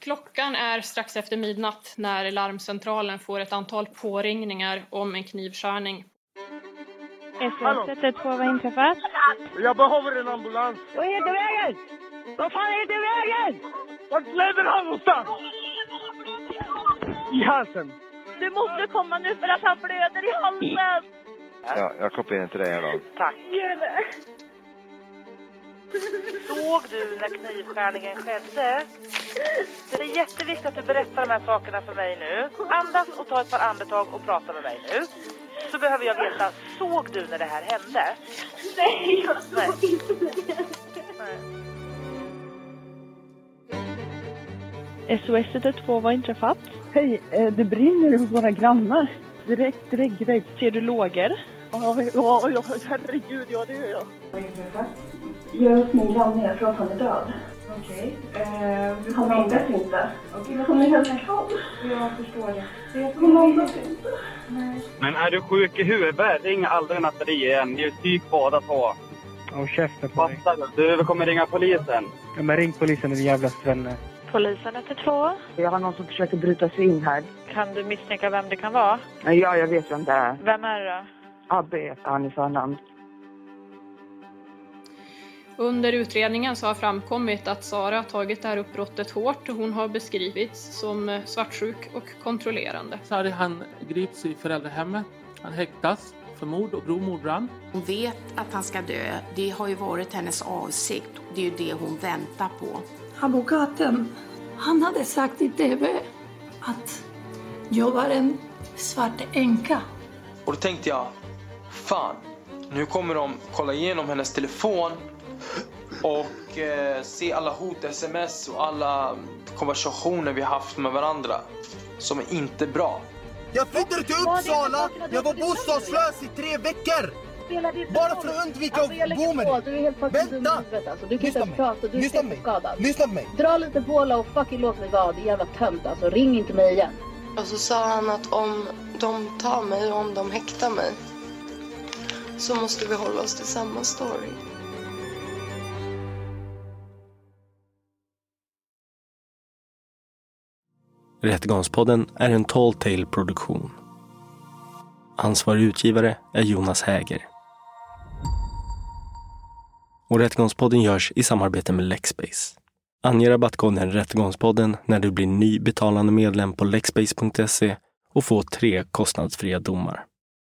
Klockan är strax efter midnatt när larmcentralen får ett antal påringningar om en knivskärning. SOS 112, vad har inträffat? Jag behöver en ambulans. Vad heter vägen? Vad fan heter vägen? Vart leder han någonstans? I halsen. Du måste komma nu för att han blöder i halsen! Ja, jag kopplar in till dig här då. Tack. Gör det! Såg du när knivskärningen skedde? Så det är jätteviktigt att du berättar de här sakerna för mig nu. Andas och ta ett par andetag och prata med mig nu. Så behöver jag veta, såg du när det här hände? Nej, jag såg inte det. SOS 112, vad har inträffat? Hej, eh, det brinner hos våra grannar. Direkt, direkt, direkt. Ser du lågor? Ja, ja, ja, herregud, ja det gör jag. Just min granne, jag tror att han är död. Okej. Eh, du Han kommer inte... andas inte. Okej, Han är helt kall. jag förstår det. Det Han som andas är... inte. Nej. Men är du sjuk i huvudet, ring aldrig Nathalie igen. Ge psyk båda två. Håll käften på dig. Fattar du? Du kommer ringa polisen. Ja, men ring polisen din jävla svenne. Polisen 112. Jag har någon som försöker bryta sig in här. Kan du misstänka vem det kan vara? Ja, jag vet vem det är. Vem är det då? Abbe heter han i förnamn. Under utredningen så har framkommit att Sara tagit det här uppbrottet hårt och hon har beskrivits som eh, svartsjuk och kontrollerande. Sari han grips i föräldrahemmet. Han häktas för mord och grov mordbrand. Hon vet att han ska dö. Det har ju varit hennes avsikt. Det är ju det hon väntar på. Advokaten, han hade sagt i TV att jag var en svart änka. Och då tänkte jag, fan, nu kommer de kolla igenom hennes telefon och eh, se alla hot, sms och alla konversationer vi haft med varandra som är inte bra. Jag flyttade till Uppsala. Jag var bostadslös i tre veckor. Bara för att undvika Alltså, att bo med dig. Du är helt fucking dum i Vänta! huvudet alltså. Du kan Lyssna inte ens prata, du är Lyssna på mig. skadad. Lyssna på mig. Dra lite båla och fucking låt mig vara, din jävla tönt alltså. Ring inte mig igen. Och så sa han att om de tar mig och om de häktar mig så måste vi hålla oss till samma story. Rättegångspodden är en Tall Tale produktion. Ansvarig utgivare är Jonas Häger. Och Rättegångspodden görs i samarbete med Lexbase. Ange rabattkoden Rättegångspodden när du blir ny betalande medlem på lexbase.se och få tre kostnadsfria domar.